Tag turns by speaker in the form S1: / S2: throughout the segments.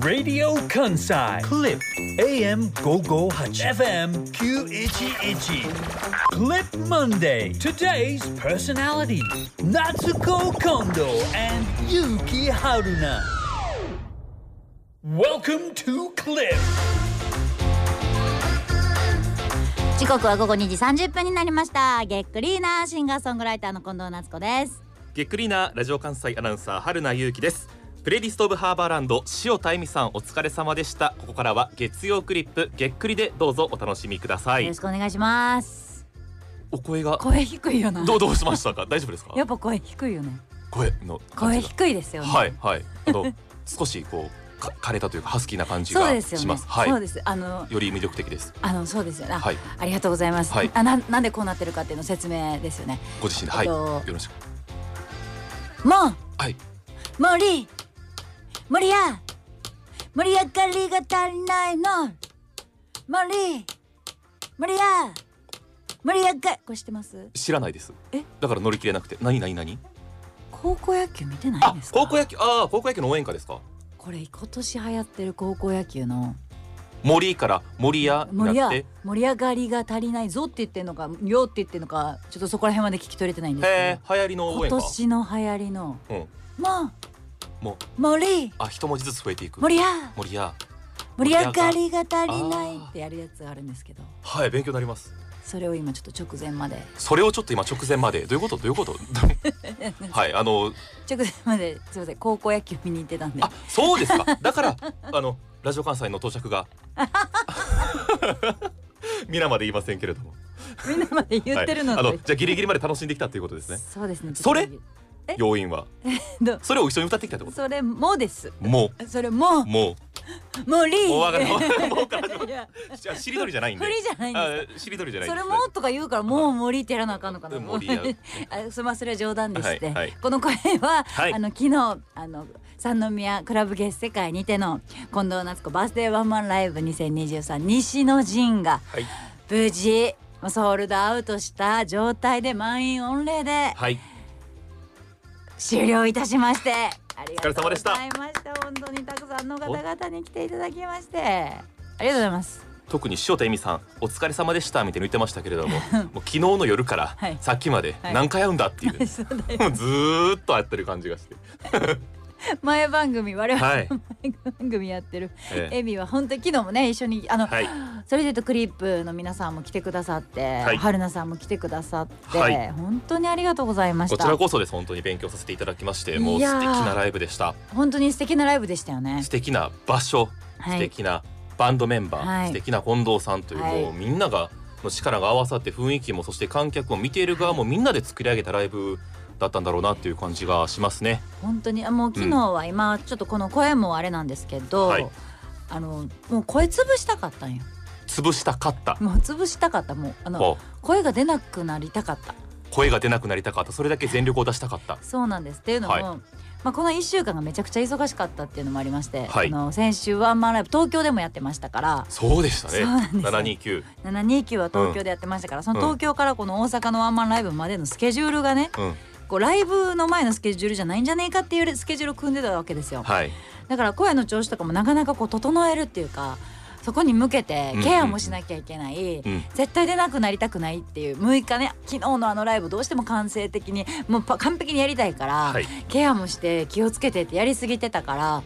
S1: Radio Kansai Clip AM 558 FM 911 Clip Monday Today's personality Natsuko Kondo and Yuki Haruna Welcome to Clip
S2: 時刻は午後2時30分になりましたげっくりーなシンガーソングライターの近藤夏子です
S3: げっくりなラジオ関西アナウンサー春名優輝ですプレイリストオブハーバーランド塩田恵美さんお疲れ様でしたここからは月曜クリップげっくりでどうぞお楽しみくださ
S2: よ
S3: い
S2: ろしくお願いします
S3: お声が
S2: 声低いよな
S3: どうどうしましたか大丈夫ですか
S2: やっぱ声低いよね
S3: 声の感
S2: 声
S3: じが
S2: 低いですよね
S3: はいはいあの少しこうか枯れたというかハスキーな感じ
S2: そう
S3: が
S2: ですよ
S3: し
S2: ね
S3: ますはい
S2: そうですあの
S3: より魅力的です
S2: あのそうですよねあ,、
S3: はい
S2: ありがとうございます、
S3: はい
S2: あななんでこうなってるかっていうの説明ですよね
S3: ご自身ではい
S2: えっ
S3: よ
S2: と
S3: ろしく
S2: も
S3: はい、
S2: う森森や盛り上がりが足りないの森森や盛り上がりこれ知ってます
S3: 知らないです
S2: え
S3: だから乗り切れなくて何何何
S2: 高校野球見てない
S3: あ
S2: んですか
S3: 高校野球ああ高校野球の応援歌ですか
S2: これ今年流行ってる高校野球の
S3: 森から森屋
S2: 盛
S3: に
S2: り
S3: なっ
S2: あ
S3: て
S2: 盛り上がりが足りないぞって言ってんのかよって言ってんのかちょっとそこら辺まで聞き取れてないんです
S3: へえ
S2: け
S3: 流行りの
S2: ど
S3: 応
S2: 今
S3: 援歌
S2: 年の流行りの
S3: うん
S2: 「も
S3: もう
S2: う森
S3: あ一文字ずつ増えていく
S2: 盛りや
S3: 森屋
S2: 盛り上がりが足りない」ってやるやつがあるんですけど
S3: はい勉強になります
S2: それを今ちょっと直前まで
S3: それをちょっと今直前までどういうことどういうこと はいあの
S2: 直前まですいません高校野球見に行ってたんで
S3: あそうですかだからあのラジオ関西の到着が 皆まで言いませんけれども
S2: みんなまで言ってるの
S3: はいあ
S2: と
S3: のじゃあギリギリまで楽しんできたということですね
S2: そうですね
S3: それ
S2: ちょっえ
S3: 要因は
S2: ど
S3: それを一緒に歌ってきたっ
S2: と
S3: てこと
S2: それもです
S3: も
S2: それも
S3: うも
S2: 森
S3: うもう分かるもうから
S2: いや
S3: じゃあしりとりじゃないんで
S2: 振りじゃないんです
S3: あしりとりじゃないん
S2: そ
S3: です
S2: れもとか言うからもう森ってやらなあかんのかな
S3: うん森や
S2: あすみませんそれは冗談でして、
S3: はいはい
S2: この声は、
S3: はい
S2: あの昨日あの三宮クラブ月世界にての近藤夏子バースデーワンマンライブ2023西の陣が
S3: はい
S2: 無事ソールドアウトした状態で満員御礼で
S3: はい
S2: 終了いたしましてありがとう
S3: お疲れ様
S2: ご
S3: でした
S2: ざいました本当にたくさんの方々に来ていただきましてありがとうござい ます
S3: 特に塩田恵美さん「お疲れ様でした」みたいに言ってましたけれ どももう昨日の夜から
S2: はい
S3: さっきまで
S2: はい
S3: 何回会うんだっていう、
S2: そうだよ
S3: もうずーっと会ってる感じがして
S2: 前番組我々
S3: はい、
S2: 前番組やってる
S3: ええ
S2: エミは本当に昨日もね一緒にあの、
S3: はい
S2: それで言うとクリップの皆さんも来てくださって、
S3: はい
S2: 春菜さんも来てくださって、
S3: はい
S2: 本当にありがとうございまし
S3: こち
S2: た
S3: らこそです本当に勉強させていただきましてもう
S2: いやー
S3: 素敵なライブでした
S2: 本当に素敵なライブでしたよね
S3: 素敵な場所、
S2: はい
S3: 素敵なバンドメンバー、
S2: はい
S3: 素敵な近藤さんという、
S2: はい
S3: もうみんながの力が合わさって雰囲気もそして観客も見ている側もみんなで作り上げたライブだったんだろうなっていう感じがしますね。
S2: 本当にあもう昨日は今ちょっとこの声もあれなんですけど、
S3: はい
S2: あのもう声潰したかったんよ
S3: 潰したかった、
S2: もう潰したかったもうあの
S3: こう
S2: 声が出なくなりたかった
S3: 声が出なくなりたかったそれだけ全力を出したかった。
S2: そうなんですっていうのも、
S3: はい
S2: まあ、この1週間がめちゃくちゃ忙しかったっていうのもありまして、
S3: はい
S2: あの先週ワンマンライブ東京でもやってましたから
S3: そうでした
S2: そうなんです
S3: ね。
S2: よ
S3: 七二九。
S2: 729は東京でやってましたから、その東京からこの大阪のワンマンライブまでのスケジュールがね
S3: うん。
S2: こうライブの前のスケジュールじゃないんじゃねえかっていうスケジュールを組んでたわけですよ
S3: はい。
S2: だから声の調子とかもなかなかこう整えるっていうかそこに向けてケアもしなきゃいけない、
S3: うん。
S2: 絶対出なくなりたくないっていう6日ね昨日のあのライブどうしても完成的にもうパ完璧にやりたいから、
S3: はい。
S2: ケアもして気をつけてってやりすぎてたから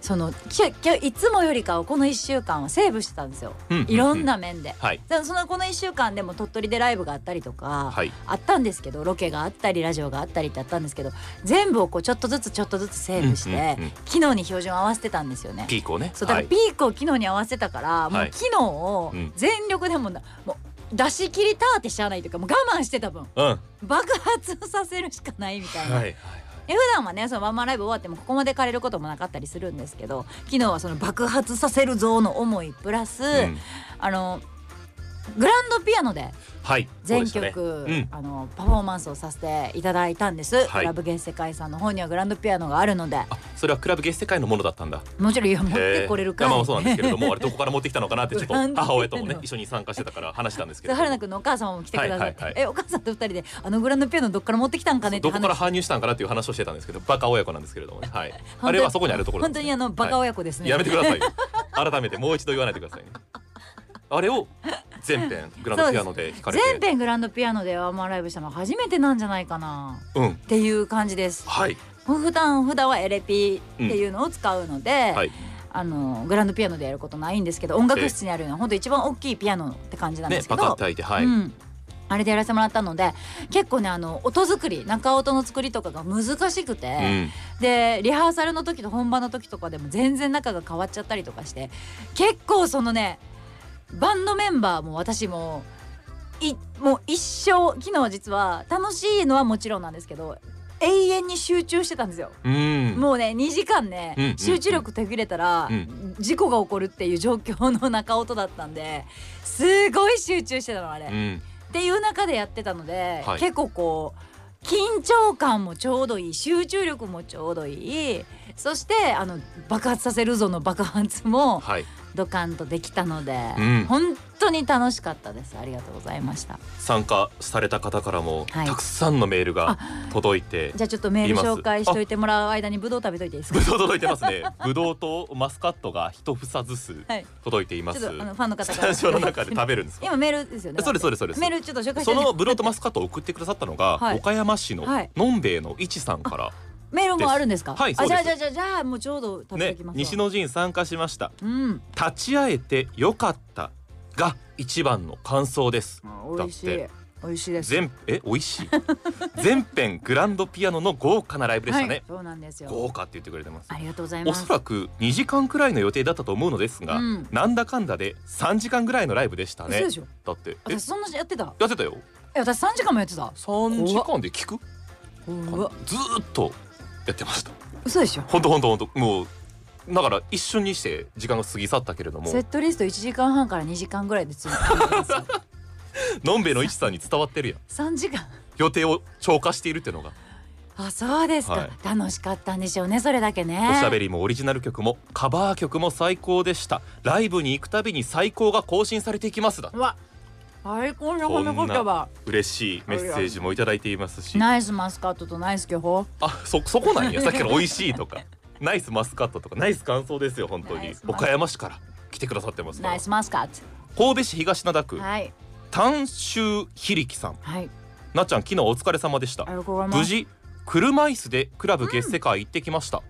S2: そのききいつもよりかはこの1週間はセーブしてたんですよ
S3: うん
S2: いろん。な面で。
S3: はい。
S2: だからそのこの1週間でも鳥取でライブがあったりとか、
S3: はい。
S2: あったんですけどロケがあったりラジオがあったりってあったんですけど全部をこうちょっとずつちょっとずつセーブして、
S3: うんうんうん
S2: 昨日に標準を合わせてたんですよね。
S3: ピークをね。
S2: そうだからピークを昨日に合わせたから、も
S3: は
S2: う
S3: い
S2: 昨日を
S3: うん
S2: 全力でもな、もう出し切りたーってしゃあないというかもう我慢してた分
S3: はい。
S2: 爆発させるしかないみたい
S3: うん。
S2: な、
S3: はい。はい。
S2: え普段はねそのワンマンライブ終わってもここまで枯れることもなかったりするんですけど昨日はその爆発させるぞの思いプラス、
S3: はいうん。
S2: あのグランドピアノで
S3: はい
S2: 全
S3: そうでした
S2: 曲、
S3: ね
S2: あのパフォーマンスをさせていただいたんです、
S3: はい
S2: ラブゲー世界さんの方にはグランドピアノがあるので
S3: うん、あそれはクラブ月世界のものだったんだ
S2: もちろんいや持っ
S3: へ
S2: て
S3: ー
S2: これるか
S3: い
S2: い
S3: やまあそうなんですけれどもあれどこから持ってきたのかなってちょっと
S2: ブランド
S3: 母親ともね
S2: なの
S3: 一緒に参加してたから話したんですけ
S2: で
S3: れ
S2: 春菜
S3: ど
S2: くんのお母様も来てくださって、
S3: はいはいはい
S2: えお母さんと二人であのグランドピアノどっから持ってきたんかねっ
S3: も
S2: て
S3: どこから
S2: 話
S3: 搬入したんかなっていう話をしてたんですけどバカ親子なんですけれども ね、はい、
S2: 当に
S3: あれはそこにあるところな
S2: 本
S3: んで
S2: 当
S3: すね
S2: にあのバカ親子ですね、
S3: やめてくださいよ改めてもう一度言わないでくださいねあれを全編グランドピアノで弾かれて
S2: 全編グランドピアノでワンマンライブしたのは初めてなんじゃないかな
S3: うん
S2: っていう感じです
S3: はい
S2: 普段普段はエレピっていうのを使うので、
S3: はい
S2: あのグランドピアノでやることないんですけど音楽室にあるような本当一番大きいピアノって感じなんで
S3: ね
S2: すけ
S3: パ
S2: ど、
S3: カッて開いてはい、
S2: うん、あれでやらせてもらったので結構ねあの音作り中音の作りとかが難しくて、
S3: うん
S2: でリハーサルの時と本番の時とかでも全然仲が変わっちゃったりとかして結構そのねバンドメンバーも私もいもう一生昨日実は楽しいのはもちろんなんですけど永遠に集中してたんですよ。
S3: うん
S2: もうね2時間ね、
S3: うんうんうん
S2: 集中力途切れたら、
S3: うん
S2: 事故が起こるっていう状況の中音だったんですごい集中してたのあれ、
S3: う
S2: っ
S3: ん
S2: ていう中でやってたので、
S3: はい
S2: 結構こう緊張感もちょうどいい集中力もちょうどいいそしてあの爆発させるぞの爆発も
S3: はい
S2: ドカンとできたので、
S3: うん
S2: 本当に楽しかったですありがとうございました
S3: 参加された方からも
S2: はい
S3: たくさんのメールが届いて、
S2: じゃあちょっとメール
S3: います
S2: 紹介しといてもらう間にブドウ食べといていいです
S3: ぶ
S2: か
S3: どう届いてますね。 ぶどうとマスカットが一房ずつ
S2: はい
S3: 届いています。
S2: ちょっとあのファンの 方
S3: ス
S2: から
S3: タジオの中で食べるんですか。
S2: 今メールですよね
S3: そうですそうですそうです
S2: メールちょっと紹介して
S3: そのぶどうとマスカットを送ってくださったのが、
S2: はい
S3: 岡山市の
S2: はい
S3: のんべえのいちさんから、
S2: メールもあるんですか。
S3: ですはい
S2: あじゃあ
S3: そ
S2: じゃ
S3: うで
S2: あじゃあじゃあもうちょうど食べて
S3: ね
S2: きますわ。
S3: 西。野陣参加しました。
S2: うん。
S3: 立ち会えてよかったが一番の感想です。
S2: 美味し
S3: だっ
S2: い
S3: て。
S2: 美味しいです。
S3: 全え美味 しい。全編グランドピアノの豪華なライブでしたね。
S2: そうなんですよ。
S3: 豪華って言ってくれてます。
S2: ありがとうござい
S3: お
S2: ます
S3: そ。らく2時間くらいの予定だったと思うのですが、
S2: うん
S3: なんだかんだで3時間ぐらいのライブでしたね
S2: 嘘でしょ
S3: だってえ
S2: 私そんなやってた。
S3: やってたよ
S2: え私三時間もやってた。
S3: 3時間で聞く
S2: うわ
S3: ずーっとやってました
S2: 嘘でしょ。
S3: ほんとほんとほんともうだから一瞬にして時間が過ぎ去ったけれども
S2: セットリスト一時間半から二時間ぐらいでつい て
S3: のんべえのいちさんに伝わってるやん
S2: 三時間。
S3: 予定を超過しているっていうのが
S2: あそうですか、
S3: はい
S2: 楽しかったんでしょうねそれだけね。
S3: おしゃべりもオリジナル曲もカバー曲も最高でしたライブに行くたびに最高が更新されていきますだ
S2: うわ最高の
S3: こ
S2: こ
S3: んな
S2: の言葉。
S3: 嬉しいメッセージもいただいていますし
S2: ナイスマスカットとナイス巨峰。
S3: あそそこなん やさっきの「美味しい」とか「ナイスマスカット」とかナイス感想ですよ本当
S2: ナイ
S3: に
S2: スマス
S3: 岡山市から来てくださってますか
S2: ナ
S3: ら
S2: イスマスカッ
S3: 神戸市東灘区
S2: ト。はい
S3: 丹州響樹さん
S2: はい。
S3: なっちゃん昨日お疲れ様でした
S2: ありがとうございます
S3: 無事車椅子でクラブ月世界行ってきました、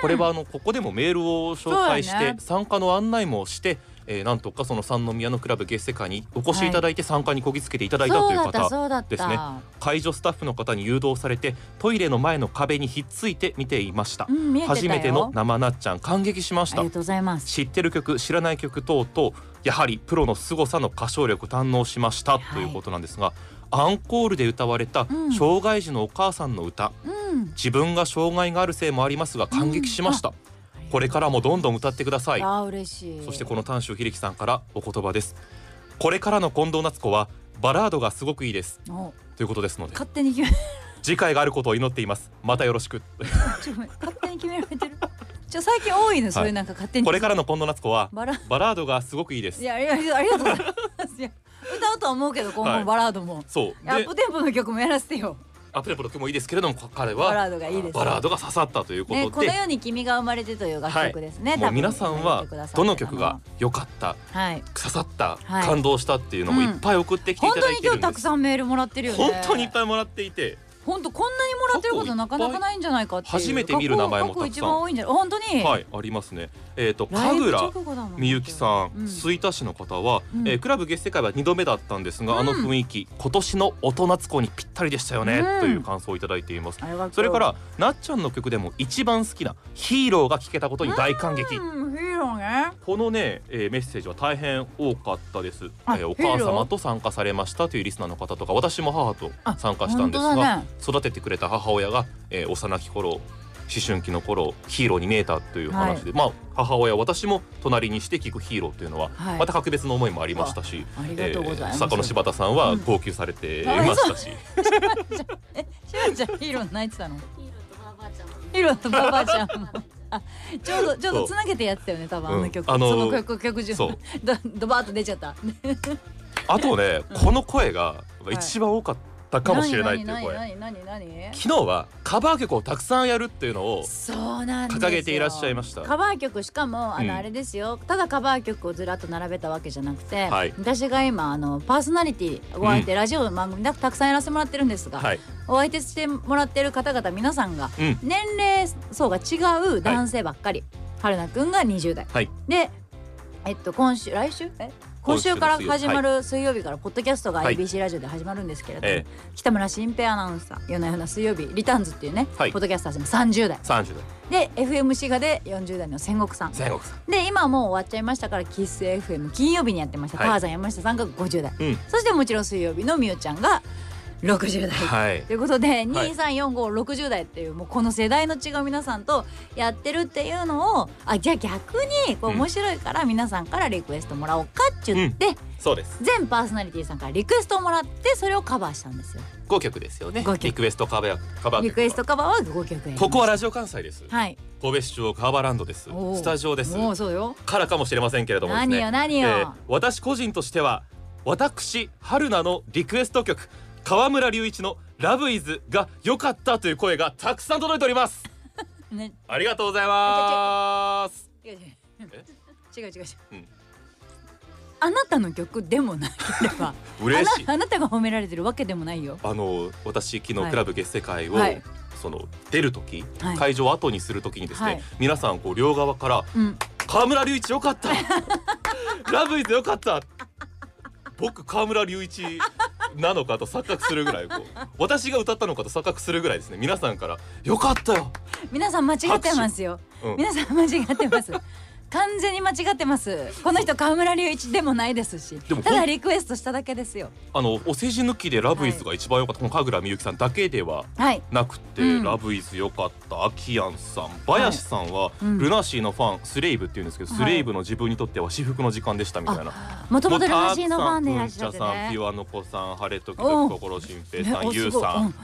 S3: これはあのここでもメールを紹介し
S2: そうや
S3: て、
S2: ね
S3: 参加の案内もして、えーなんとかその三宮のクラブ月世界にお越しいただいて参加にこぎつけていただいたという
S2: そうだった
S3: 方
S2: そうだった
S3: ですね介助スタッフの方に誘導されてトイレの前の壁にひっついて見ていました
S2: うん見えてたよ
S3: 初めての生なっちゃん感激しまし
S2: あり
S3: た
S2: がとうございます。
S3: 知ってる曲知らない曲等々やはりプロの凄さの歌唱力堪能しまし
S2: は
S3: た、
S2: い
S3: ということなんですがアンコールで歌われた
S2: うん
S3: 障害児のお母さんの歌、
S2: うん。
S3: 自分が障害があるせいもありますが感激しました、これからもどんどん歌ってください
S2: あー嬉しい。
S3: そしてこの丹州秀樹さんからお言葉ですこれからの近藤夏子はバラードがすごくいいです
S2: お
S3: ということですので
S2: 勝手に決め
S3: 次回があることを祈っていますまたよろ しく
S2: ちょ勝手に決められてる。ちょ最近多いのそういうなんか勝手に。
S3: これからの近藤夏子は
S2: バラ
S3: バラードがすごくいいで
S2: い
S3: す
S2: やありがとうありがとうございます。いや歌うとは思うけど今
S3: は
S2: 後
S3: い
S2: バラードも、
S3: そう
S2: ア
S3: で
S2: ップテンポの曲もやらせてよ。
S3: アップテンポの曲もいいですけれどもこ彼は
S2: バラードがいいです
S3: バラードが刺さったというこ
S2: ね
S3: と
S2: こ
S3: で、
S2: の世に君が生まれてという楽曲ですね。
S3: も
S2: 多
S3: う
S2: 分
S3: 皆さんはどの曲が良かった
S2: はい。
S3: 刺さった、
S2: はい
S3: 感動したっていうのもいっぱい送ってきてい
S2: 本当
S3: ただ
S2: に
S3: いて
S2: 今日
S3: るんで
S2: たく
S3: す、
S2: さんメールもらってるよね。
S3: 本当にいっぱいもらっていて
S2: 本当こんなにもらってることなかなかないんじゃないかっていう。
S3: 過去いっぱい初めて見る名前もたくさん
S2: 過去一番多いんじゃない。本当に。
S3: はいありますねえっ、と
S2: ライ
S3: 神
S2: ブ
S3: 楽
S2: 直後だもん。
S3: みゆきさん、
S2: うん
S3: 吹田市の方は、
S2: うん
S3: えークラブ月世界は2度目だったんですが、
S2: うん
S3: あの雰囲気今年の大人夏子にぴったりでしたよね、
S2: うん
S3: という感想をいただいています
S2: あがとう
S3: それからなっちゃんの曲でも一番好きなヒーローが聴けたことに大感激、
S2: うん、ヒーローね。
S3: このね、えーメッセージは大変多かったです、え
S2: あ
S3: ーお
S2: ヒー
S3: 母
S2: ロー
S3: 様と参加されましたというリスナーの方とか私も母と参加したんです
S2: あ本当
S3: が、
S2: だね
S3: 育ててくれた母親が、えー幼き頃思春期の頃ヒーローに見えたという話で、まあ母親私も隣にして聞くヒーローというのは、
S2: はい
S3: また格別の思いもありましたし
S2: ありがとうございます
S3: 坂の柴田さんは号泣されていまし たし、
S2: しゅんちゃんヒーローに泣いてたの
S4: ヒーローとバーバーちゃんも
S2: ヒーローとババアちゃんもあちょうどちょう
S3: そ
S2: ど
S3: う
S2: つなげてやってたよね多分あの曲、
S3: うんあのー
S2: その曲曲順
S3: そう
S2: ドドバーッと出ちゃった
S3: あとねこの声が一番多かったかもしれないっていう
S2: 何
S3: 声。
S2: 何何何何
S3: 昨日はカバー曲をたくさんやるっていうのを
S2: そうなんですよ
S3: 掲げていらっしゃいました
S2: カバー曲しかもあ
S3: うん
S2: のあれですよ、ただカバー曲をずらっと並べたわけじゃなくて、
S3: はい
S2: 私が今あのパーソナリティを相手、ラジオの番組たくさんやらせてもらってるんですが、
S3: はい、
S2: お相手してもらってる方々皆さんが
S3: うん
S2: 年齢層が違う男性ばっかり、春菜くんが20代、
S3: はい
S2: でえっと今週来週え今週から始まる水曜日からポッドキャストが
S3: はい
S2: ABC ラジオで始まるんですけれども、
S3: ええ
S2: 北村新平アナウンサー「夜な夜な水曜日リターンズ」っていうね、
S3: はい
S2: ポッドキャスターさん30代
S3: 30代
S2: で FM 滋賀で40代の戦国さん
S3: 全国さん
S2: で今はもう終わっちゃいましたからキッス FM 金曜日にやってました、
S3: はい
S2: ターザン山下さんが50代、
S3: うん
S2: そしてもちろん水曜日のみおちゃんが60代、
S3: はい
S2: ということで、234560代っていうもうこの世代の違う皆さんとやってるっていうのをあじゃあ逆にこう
S3: うん
S2: 面白いから皆さんからリクエストもらおうかって言って、
S3: そうです
S2: 全パーソナリティさんからリクエストをもらってそれをカバーしたんですよ。
S3: 5曲ですよね
S2: 五曲
S3: リクエストカバーカバー曲
S2: リクエストカバーは5曲選びました
S3: ここはラジオ関西です
S2: はい
S3: 神戸市長カーバーランドです
S2: おー
S3: スタジオです
S2: もうそうよ
S3: からかもしれませんけれどもですね
S2: 何よ何よ
S3: 私個人としては私春菜のリクエスト曲河村隆一のラブイズが良かったという声がたくさん届いております
S2: ね
S3: ありがとうございます
S2: 違う違う違う違う違う、
S3: うん
S2: あなたの曲でもなければあ
S3: 嬉
S2: な
S3: しい
S2: あなたが褒められてるわけでもないよ
S3: あの私昨
S2: は
S3: 日
S2: い
S3: クラブ月世界を、
S2: はい
S3: その出る時、
S2: はい
S3: 会場を後にする時にですね、
S2: はい
S3: 皆さんこう両側から
S2: うん
S3: 「河村隆一よかったラブイズよかった僕河村隆一なのかと錯覚するぐらいこう私が歌ったのかと錯覚するぐらいですね皆さんから「よかったよ
S2: 皆さん間違ってますよ、
S3: 拍手うん
S2: 皆さん間違って ます完全に間違ってますこの人河村隆一でもないですし
S3: でも
S2: ただリクエストしただけですよ
S3: あのお世辞抜きでラブイズが一番良かった、この神楽みゆきさんだけでは
S2: はい
S3: なくて、
S2: うん
S3: ラブイズ良かったアキアンさん林さんは、
S2: うん
S3: ルナシーのファンスレイブって言うんですけど、
S2: はい
S3: スレイブの自分にとっては至福の時間でしたみたいな。
S2: もと
S3: も
S2: もと
S3: う
S2: ルナ
S3: た
S2: シー
S3: くさ
S2: のファン
S3: んう
S2: でいら
S3: ん
S2: っし
S3: ち
S2: ゃ
S3: ゃ
S2: って
S3: さんピ
S2: ね
S3: ュアノコさん晴れ時
S2: お
S3: 々
S2: う
S3: 心心平
S2: ね
S3: さん
S2: お
S3: ゆ
S2: す
S3: う
S2: ごい
S3: さ
S2: うん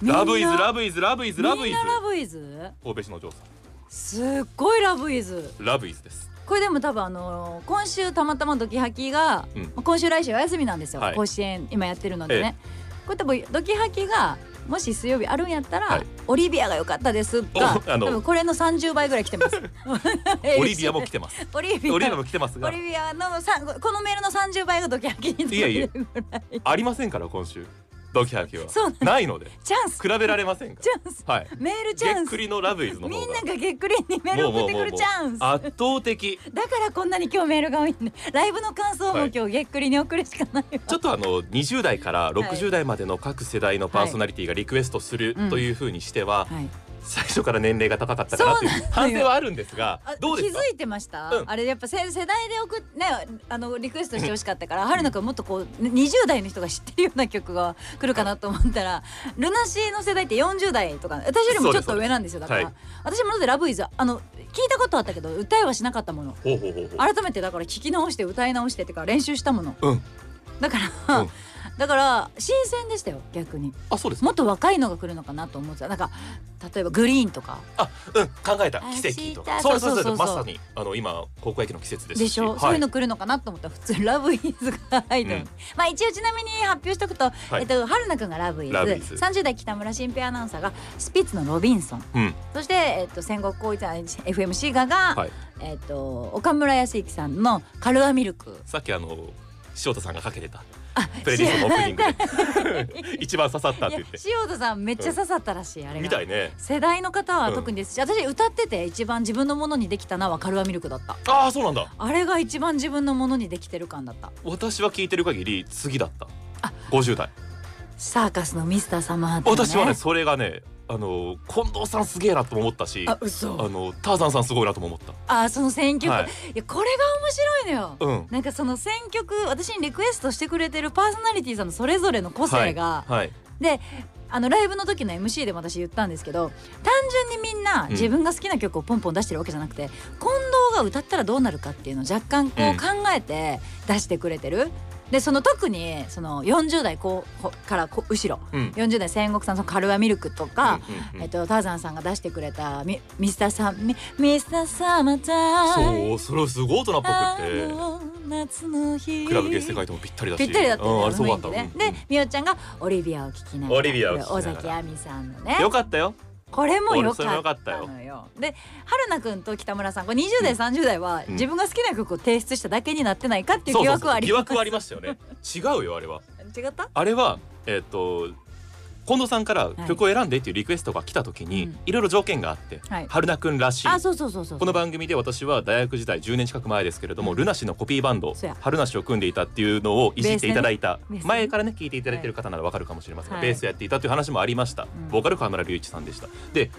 S2: みんな
S3: ラブイズラブイズラブイズラブイ
S2: みん
S3: ズ
S2: なラブイズ
S3: 神戸市のお嬢さ
S2: すっごいラブイズ
S3: んラブイズです
S2: これでも多分あのー今週たまたまドキハキが、
S3: うん
S2: 今週来週お休みなんですよ、
S3: はい
S2: 甲子園今やってるのでね、これ多分ドキハキがもし水曜日あるんやったら、
S3: はい
S2: オリビアが良かったですが
S3: おあ
S2: 多
S3: の
S2: 分これの30倍ぐらい来てます
S3: オリビアも来てます
S2: オリビア
S3: オリビアも来てます
S2: オ
S3: が
S2: リビアのさこのメールの30倍がドキハキにつ
S3: いやいや
S2: てるぐらい
S3: ありませんから今週ドキハキは
S2: そうなんです
S3: ないので
S2: チャンス
S3: 比べられませんか
S2: チャンス
S3: らはい
S2: メールチ
S3: げ
S2: ャ
S3: っ
S2: ンス
S3: く
S2: み
S3: りのラブイズの方
S2: ん
S3: が
S2: ながげっくりにメール送ってくるチャンス
S3: 圧倒的
S2: だからこんなに今日メールが多いんでライブの感想
S3: は
S2: も
S3: い
S2: 今日げっくりに送るしかないわ
S3: ちょっとあの20代から60代までの各世代のパーソナリティがリクエストする
S2: はい
S3: というふうにしては
S2: はい
S3: 最初から年齢が高かったかなという
S2: そうなのよ
S3: 反省はあるんですが
S2: あ
S3: どうですか
S2: 気づいてました、
S3: うん
S2: あれやっぱせ世代で送っねあのリクエストしてほしかったから春菜くんもっとこうね20代の人が知ってるような曲が来るかなと思ったらルナシーの世代って40代とか私よりもちょっと上なんですよだから、
S3: そう
S2: 私もだってラブイズあの聞いたことあったけど歌いはしなかったもの
S3: ほうほうほうほう
S2: 改めてだから聞き直して歌い直してってか練習したもの
S3: うん
S2: だから、
S3: うん
S2: だから新鮮でしたよ逆に
S3: あそうです
S2: もっと若いのが来るのかなと思ってたなんか例えばグリーンとか
S3: あうん考えた奇跡と
S2: 明
S3: か
S2: 日
S3: そう
S2: そ
S3: そうそう
S2: うそうそう
S3: まさにあの今高校野球の季節です
S2: でしょ、
S3: はい
S2: そういうの来るのかなと思ったら普通ラブイズが入ってる、
S3: うん
S2: まあ一応ちなみに発表しておくと、
S3: い
S2: えっと春菜くんがラブイズ
S3: ラブイズ
S2: 30代北村新平アナウンサーがスピッツのロビンソン
S3: うん
S2: そして、えっと、戦国高一 FMC がが、
S3: はい
S2: えっと岡村康之さんのカルアミルク
S3: さっきあの塩田さんがかけてたプレイリストのオープニング で一番刺さったっ
S2: い
S3: て
S2: や
S3: 言って
S2: 塩田さんめっちゃ刺さったらしい、あれ
S3: み
S2: が
S3: たいね
S2: 世代の方は
S3: うん
S2: 特にですし、私歌ってて一番自分のものにできたのはカルアミルクだった
S3: ああそうなんだ
S2: あれが一番自分のものにできてる感だった
S3: 私は聞いてる限り次だった50代
S2: サーカスのミスターサマー、ね、
S3: 私はねそれがねあの近藤さんすげえなとも思ったし
S2: あ
S3: あ
S2: 嘘
S3: のターザンさんすごいなとも思っ
S2: あその選
S3: た
S2: 曲、、
S3: はいい
S2: やこれが面白いのよ、
S3: うん
S2: なんかその選曲私にリクエストしてくれてるパーソナリティさんのそれぞれの個
S3: は
S2: 性
S3: い
S2: が、
S3: はい
S2: あのライブの時の MC でも私言ったんですけど単純にみんな自分が好きな曲をポンポン出してるわけじゃなくて、近藤が歌ったらどうなるかっていうのを若干こ
S3: う
S2: うん考えて出してくれてる。でその特にその40代後後からこ後ろ
S3: うん
S2: 40代戦国さんのカルアミルクとか、
S3: うんうんうん
S2: えっと、ターザンさんが出してくれたミ「ミスターサンミミスターサマータイム」
S3: そうそれをすごい大人っぽ
S2: あ
S3: くって
S2: の夏の日
S3: クラブゲスって書いてもぴったりだし
S2: ぴったりだった
S3: う
S2: よ
S3: ん、
S2: ね
S3: あれすごかった、
S2: 雰囲気
S3: うん
S2: ねでみおちゃんが「オリビア」を聴きながら
S3: オリビアを聴きなが
S2: 尾
S3: ら
S2: 崎亜美さんのね
S3: うんよかったよ
S2: これも良
S3: 俺それ
S2: か
S3: 良か
S2: っ
S3: っ
S2: た
S3: たよ
S2: のよ。で春菜くんと北村さんこれ20代30代は
S3: うん
S2: 自分が好きな曲を提出しただけになってないかっていう
S3: そう
S2: 疑
S3: そう
S2: 惑
S3: そ
S2: は
S3: う
S2: あり
S3: 疑惑はありましたよね違うよあれは
S2: 違った
S3: あれはえっ、と近藤さんから曲を選んでっていうリクエストが来た時に、
S2: うん
S3: い、ろいろ条件があって、
S2: はい
S3: 春菜くんらしい
S2: あそうそうそうそう
S3: この番組で私は大学時代10年近く前ですけれども、
S2: うん
S3: ルナシのコピーバンド
S2: そうや
S3: 春ナシを組んでいたっていうのをいじっていただいた、
S2: ベースねベースね
S3: 前からね聞いていただいてる方ならわかるかもしれませんが、
S2: はい
S3: ベースやっていたという話もありました、
S2: うん
S3: ボーカル川村隆一さんでしたで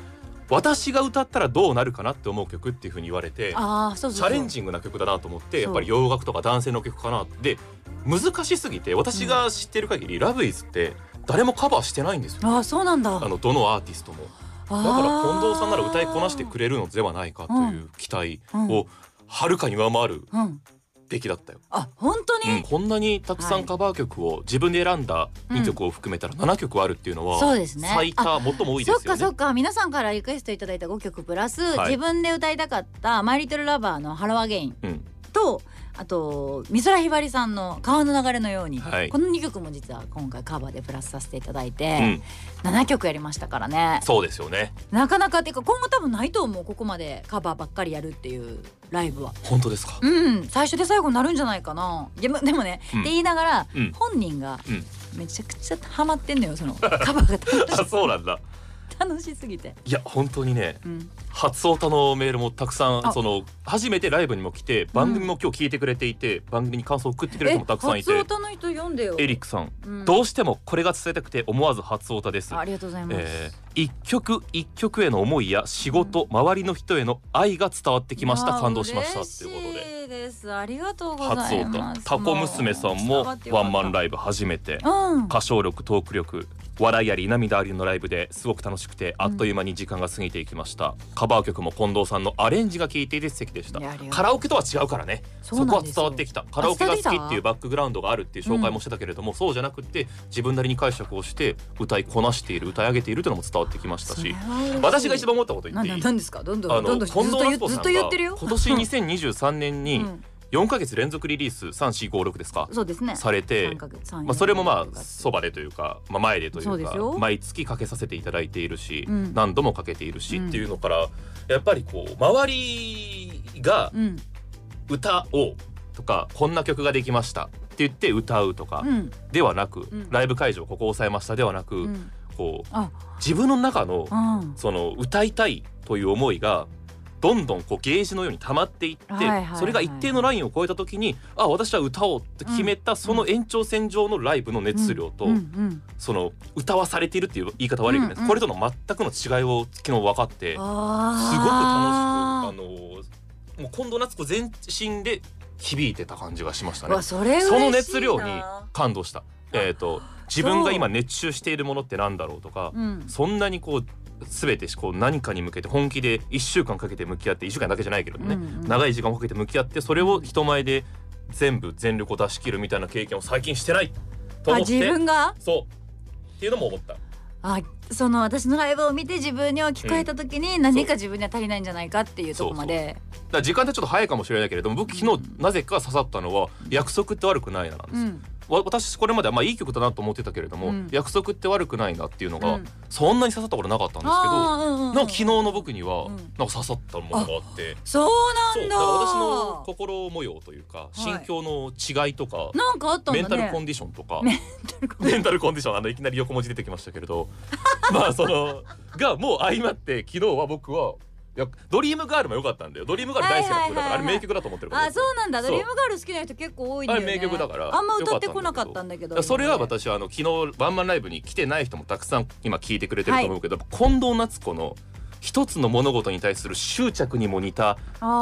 S3: 私が歌ったらどうなるかなって思う曲っていうふうに言われて
S2: あーそうそう
S3: チ
S2: そう
S3: ャレンジングな曲だなと思っ
S2: そう
S3: てやっぱり洋楽とか男性の曲かなって難しすぎて私が知ってる限り、ラブイズって誰もカバーしてないんですよ
S2: あーそうなんだ
S3: あのどのアーティストもだから近藤さんなら歌いこなしてくれるのではないかという期待
S2: うん
S3: をはるかに上回る
S2: れうん
S3: 出来だったよ、
S2: あ本当
S3: うん
S2: に
S3: こんなにたくさんカバー曲を自分で選んだ2曲を含めたら7曲あるっていうのは
S2: そうですね
S3: 最多最も多いで
S2: そっ
S3: すよ
S2: か
S3: ね
S2: そっか皆さんからリクエストいただいた5曲プラス
S3: はい
S2: 自分で歌いたかった「マイ・リトル・ラバー」の「ハロー・アゲイン
S3: うん」
S2: とあと美空ひばりさんの「川の流れのように」
S3: はい
S2: この2曲も実は今回カバーでプラスさせていただいうて
S3: ん、
S2: 7曲やりましたからね
S3: そうですよね
S2: なかなかっていうか今後多分ないと思うここまでカバーばっかりやるっていうライブは。
S3: 本当ですか
S2: うん最初で最後になるんじゃないかなでもでもね、
S3: うん
S2: って言いながら、
S3: うん
S2: 本人が
S3: うん
S2: めちゃくちゃハマってんのよそのカバーが楽し
S3: あそうなんだ
S2: 楽しすぎて。
S3: いや本当にね
S2: うん、
S3: 初オタのメールもたくさ
S2: あ
S3: んその初めてライブにも来て番組も今日聞いてくれていて、番組に感想を送ってくれる人もたくさんいて
S2: 初音の人読んでよ。
S3: エリックさん
S2: うん
S3: どうしてもこれが伝えたくて思わず初オタです
S2: ありがとうございます。
S3: えー一曲一曲への思いや仕事、周りの人への愛が伝わってきまし
S2: いや
S3: た
S2: ー
S3: 感動しましたっていうこと
S2: 嬉
S3: で
S2: しいです。ありがとうござ
S3: 初
S2: い
S3: オ
S2: ま
S3: タ
S2: す。
S3: タコ娘さんもワンマンラ
S2: イ
S3: イブ初めて
S2: ブ。うん。
S3: 歌唱力トーク力笑いあり涙ありのライブですごく楽しくてあっという間に時間が過ぎていきました、カバー曲も近藤さんのアレンジが効いていて素敵でした
S2: いやありがとう
S3: カラオケとは違うからねそ
S2: そう
S3: こ
S2: な
S3: は
S2: んですよ
S3: 伝わってきたカラオケが好きっていうバックグラウンドがあるっていう紹介もしてたけれども、そうじゃなくて自分なりに解釈をして歌いこなしている歌い上げているというのも伝わってきました
S2: それ
S3: し
S2: は嬉しい
S3: 私が一番思ったこと言
S2: な
S3: っ
S2: ん
S3: てい
S2: なん
S3: い
S2: なんですか。どんど
S3: あ
S2: んどんど
S3: の
S2: ん
S3: 近
S2: ずっと言っ
S3: 藤夏子
S2: ずっ
S3: さん
S2: と
S3: が
S2: 言ってるよ。
S3: 今年2023年
S2: う
S3: に
S2: ん
S3: 4ヶ月連続リリース3456ですか
S2: そうですね。
S3: されて
S2: 三ヶ月三
S3: まあ、それもまあそばでというか、まあ、前でとい
S2: そう
S3: う
S2: で
S3: か
S2: すよ
S3: 毎月かけさせていただいているし、
S2: うん
S3: 何度もかけているし
S2: うん
S3: っていうのから、やっぱりこう周りが
S2: うん
S3: 歌をとか、こんな曲ができましたって言って歌うとか
S2: うん
S3: ではなく、
S2: ん
S3: ライブ会場ここ抑えましたではなく、
S2: うん
S3: こ
S2: あ
S3: う自分の中の
S2: うん
S3: その歌いたいという思いがどんどんこうゲージのように溜まっていって、
S2: はいはいはい
S3: それが一定のラインを超えた時にあ私は歌おうって決めた、その延長線上のライブの熱量と、
S2: うんうん
S3: その歌わされているっていう言い方悪いけど、
S2: うんうん
S3: これとの全くの違いを昨日分かってすごく楽しくあ
S2: あ
S3: のもう近藤夏子全身で響いてた感じがしました
S2: ーう
S3: ね
S2: わ。それ嬉しいな
S3: その熱量に感動した。えっ、と自分が今熱中しているものってなんだろうとか、
S2: うん
S3: そんなにこう全てこう何かに向けて本気で1週間かけて向き合って1週間だけじゃないけどね、
S2: うんうん
S3: 長い時間をかけて向き合ってそれを人前で全部全力を出し切るみたいな経験を最近してないと
S2: あ
S3: 思っ
S2: 自
S3: て
S2: 分が
S3: そうっていうのも思った
S2: あその私のライブを見て自分に置き換えた時に何か自分には足りないんじゃないかっていうとこまで
S3: だから時間ってちょっと早いかもしれないけれども僕昨日なぜか刺さったのは「約束って悪くないな」なんです、
S2: うん
S3: わ私これまではまあいい曲だなと思ってたけれども
S2: う
S3: 「
S2: ん
S3: 約束って悪くないな」っていうのが、
S2: うん
S3: そんなに刺さったことなかったんですけど
S2: あーうんうんうん
S3: なんか昨日の僕には
S2: うん
S3: なんか刺さったものがあって。
S2: そう
S3: そ
S2: な
S3: うんだ
S2: だ
S3: から私の心模様というか
S2: い
S3: 心境の違いとか、
S2: なんかあったんだ
S3: メン
S2: ね
S3: タルコンディションとか
S2: メンタルコン
S3: メンタルコンディションあのいきなり横文字出てきましたけれど まあそのがもう相まって昨日は僕はいやドリームガールも良かったんだよドリームガール大好きな曲だから、
S2: はいはいはいはい
S3: あれ名曲だと思ってるから
S2: あそうなんだ
S3: そ
S2: ド
S3: う
S2: リームガール好きな人結構多いんだよね
S3: あれ名曲だから
S2: あんま歌ってこなかったんだけ
S3: だ
S2: ど
S3: からそれは私はあの昨日ワンマンライブに来てない人もたくさん今聞いてくれてると思うけど、近藤夏子の一つの物事に対する執着にも似た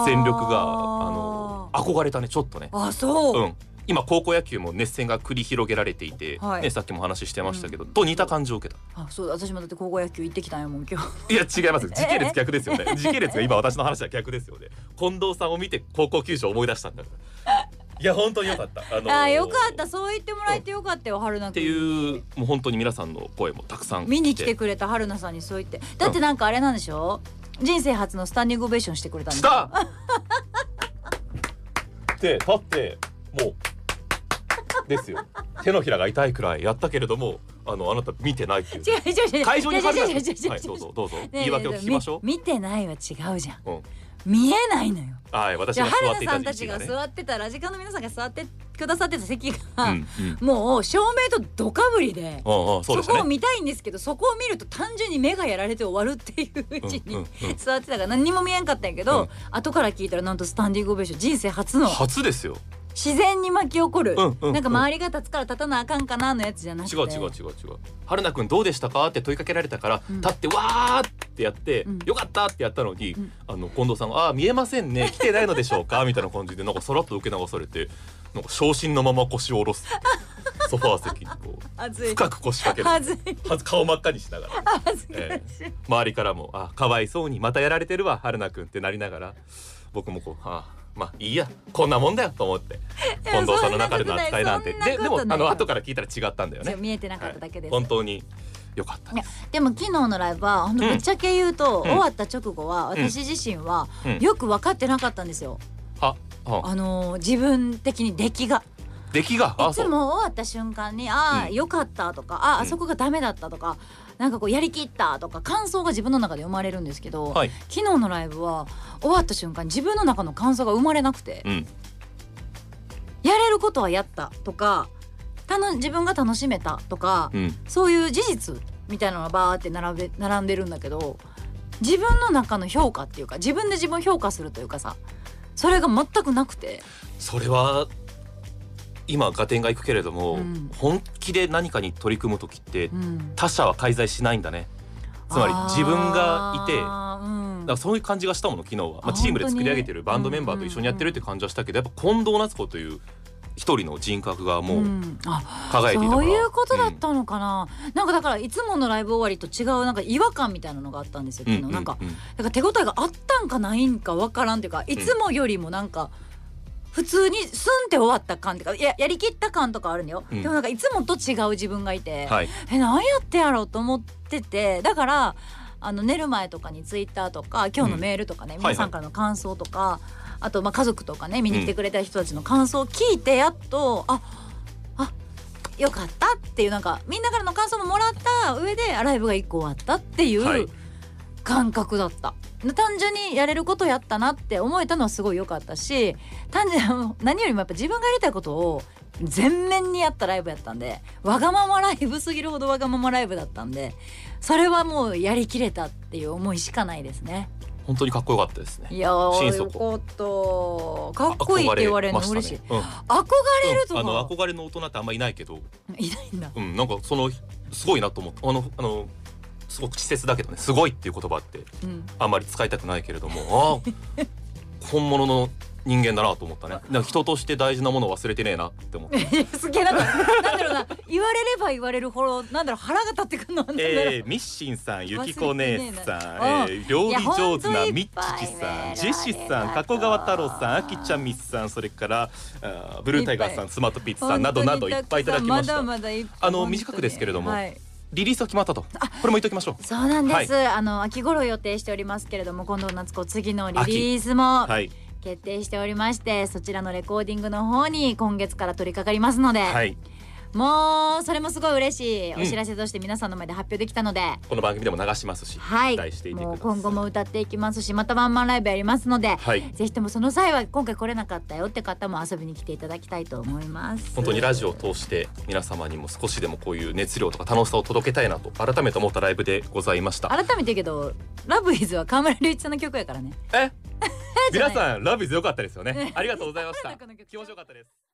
S3: 全力があの憧れたねちょっとね
S2: あーあそうう、
S3: ん今高校野球も熱戦が繰り広げられていて、
S2: はい
S3: ね、さっきもお話ししてましたけど、と似た感じを受けた
S2: あそうだ私もだって高校野球行ってきたんやもん今日
S3: いや違います時系列逆で すよね時系列が今私の話は逆ですよね近藤さんを見て高校球児を思い出したんだ からいや本当によかったあのー
S2: あーよかったそう言ってもらえてよかったよ春菜
S3: って
S2: 君
S3: いうもう本当に皆さんの声もたくさん
S2: 見に来てくれた春菜さんにそう言ってだってなんかあれなんでしょ人生初のスタンディングオベーションしてくれたんで
S3: し
S2: すよ
S3: たで立ってもうですよ手のひらが痛いくらいやったけれどもあのあなた見てないっていう
S2: 違う違う違う
S3: 会場に
S2: 違う
S3: 入
S2: 違う違う違う違う
S3: る
S2: 違う
S3: はいどうぞどうぞ
S2: ねえ
S3: 言い訳を聞きましょ
S2: み見てないは違うじゃん
S3: う、うん、
S2: 見えないのよ
S3: はい私
S2: じゃあ
S3: が座
S2: 春
S3: ってい
S2: 菜さ
S3: た
S2: んた
S3: 時
S2: ち
S3: 期が
S2: が
S3: ね
S2: 座ってたラジカンの皆さんが座ってくださってた席
S3: う
S2: が、
S3: んうん
S2: もう照明とドかぶりで
S3: うんうんそうでし
S2: そこ
S3: た
S2: を
S3: ね
S2: 見たいんですけどそこを見ると単純に目がやられて終わるっていううち
S3: うん
S2: に
S3: うんうん
S2: 座ってたから何にも見えんかったんやけど、
S3: うん
S2: 後から聞いたらなんとスタンディングオベーション人生初の
S3: 初ですよ
S2: 自然に巻き起こる、
S3: うんうん
S2: なんか周りが立つから立たなあかんかなのやつじゃなくて
S3: 違う違う違う違う春菜くんどうでしたかって問いかけられたから、
S2: うん
S3: 立ってわーってやって、
S2: うん
S3: よかったってやったのに、
S2: うん
S3: あの近藤さんが「あー見えませんね来てないのでしょうか」 みたいな感じでなんかさらっと受け流されてなんか昇進のまま腰を下ろすっていうソファー席にこ う
S2: 恥ずい
S3: 深く腰掛ける
S2: 恥ずい
S3: はず顔真っ赤にしながら
S2: 恥ずかしい、
S3: 周りからも「あかわいそうにまたやられてるわ春菜くん」ってなりながら僕もこう「ああまあいいやこんなもんだよ」と思っ て
S2: いや
S3: 近藤さんの中での扱いなんて
S2: そんなことない
S3: ででも
S2: そんなことな
S3: あ
S2: い
S3: の後から聞いたら違ったんだよ
S2: じゃ
S3: ね
S2: あ。 見えてなかっただけです、
S3: 本当に良かった
S2: いやでも昨日のライブはほんと
S3: うん
S2: ぶっちゃけ言うと、
S3: ん
S2: 終わった直後は私自身は
S3: うん
S2: よく分かってなかったんですよ、
S3: は、は
S2: あのー自分的に出来が
S3: 出来があ
S2: いつ
S3: そう
S2: も終わった瞬間にああ、
S3: うん
S2: よかったとかああ、
S3: うん
S2: そこがダメだったとかなんかこうやりきったとか感想が自分の中で生まれるんですけど、
S3: はい
S2: 昨日のライブは終わった瞬間に自分の中の感想が生まれなくて、
S3: うん
S2: やれることはやったとかたの自分が楽しめたとか、
S3: うん
S2: そういう事実みたいなのがバーって並べ並んでるんだけど自分の中の評価っていうか自分で自分を評価するというかさそれが全くなくて
S3: それは今合点がいくけれども、
S2: うん
S3: 本気で何かに取り組む時って
S2: うん
S3: 他者は介在しないんだねつまり自分がいて
S2: あーうん
S3: だからそういう感じがしたもの昨日は、ま
S2: あ
S3: あ、チームで作り上げて
S2: 本当
S3: る
S2: に
S3: バンドメンバーと一緒にやってるって感じはしたけどやっぱ近藤夏子という一人の人格がもうん
S2: あ
S3: 輝いていたか
S2: そ
S3: ら、
S2: ういうことだったのかな、なんかだからいつものライブ終わりと違うなんか違和感みたいなのがあったんですよ
S3: うん、
S2: 昨日、
S3: うう
S2: なんか
S3: う
S2: だから手応えがあったんかないんかわからんっていうかいつもよりもなんか普通にスンって終わった感っていうかいややりきった感とかあるんだよ、
S3: うん
S2: でもなんかいつもと違う自分がいて、
S3: はい
S2: え何やってやろうと思っててだからあの寝る前とかにツイッターとか今日のメールとかね、
S3: うん
S2: 皆さんからの感想とか、あとまあ家族とかね見に来てくれた人たちの感想を聞いてやっと、ああよかったっていうなんかみんなからの感想ももらった上でライブが1個終わったってい
S3: はいう
S2: 感覚だった。単純にやれることやったなって思えたのはすごい良かったし単純に何よりもやっぱ自分がやりたいことを全面にやったライブやったんでわがままライブすぎるほどわがままライブだったんでそれはもうやりきれたっていう思いしかないですね
S3: 本当にかっこよかったですね
S2: いやーよ
S3: 心底
S2: かったかっこいいって言われるの嬉しい、
S3: 憧ましたね
S2: 憧れる
S3: う
S2: と
S3: ん、
S2: か、
S3: あの憧れの大人ってあんまいないけど
S2: いないんだ
S3: うん、なんかそのすごいなと思ったあのあのすごく稚拙だけどね「すごい」っていう言葉って
S2: うん
S3: あんまり使いたくないけれどもあ あ本物の人間だなと思ったねなんか人として大事なものを忘れてねえなっ て思った。
S2: いやすげえなんかなんだろうな言われれば言われるほどなんだろう腹が立ってくるのなんだろう、
S3: え ー、ミッシンさん、ゆきこ姉
S2: 忘れて
S3: さん、
S2: ね
S3: えー、料
S2: い
S3: 理
S2: や
S3: 上手な
S2: ほんとい
S3: みっ
S2: っぱい
S3: ちきさ
S2: ね
S3: ん、ジェシーさ
S2: あ
S3: ん、
S2: りが
S3: 加
S2: とう
S3: 古川太郎さん、あきちゃんみっさん、それからあーブルータイガーさ
S2: いっ
S3: ん、スマートピッツさんなどなどいっぱいいただきました。
S2: 本当にたくさんまだまだいっぱい
S3: あの
S2: 本当に
S3: 短くですけれども
S2: はい
S3: リリースは決まったと、これも言っておきましょう。
S2: そうなんです、あの秋頃予定しておりますけれども今度夏子次のリリースも
S3: はい、
S2: 決定しておりまして、そちらのレコーディングの方に今月から取り掛かりますので、
S3: はい、
S2: もうそれもすごい嬉しい
S3: うん
S2: お知らせとして皆さんの前で発表できたので、
S3: この番組でも流しますし、
S2: はい
S3: 期待していてくだ
S2: もう
S3: さい。
S2: 今後も歌っていきますしまたワンマンライブやりますので、
S3: はい
S2: ぜひともその際は今回来れなかったよって方も遊びに来ていただきたいと思います。
S3: 本当にラジオを通して皆様にも少しでもこういう熱量とか楽しさを届けたいなと改めて思ったライブでございました
S2: 改めて言うけど「ラブイズは河村隆一さんの曲やからね。
S3: え
S2: じゃな
S3: 皆
S2: い
S3: さんラブイズ良かったですよねありがとうございました
S2: この曲
S3: 気持ちよかったです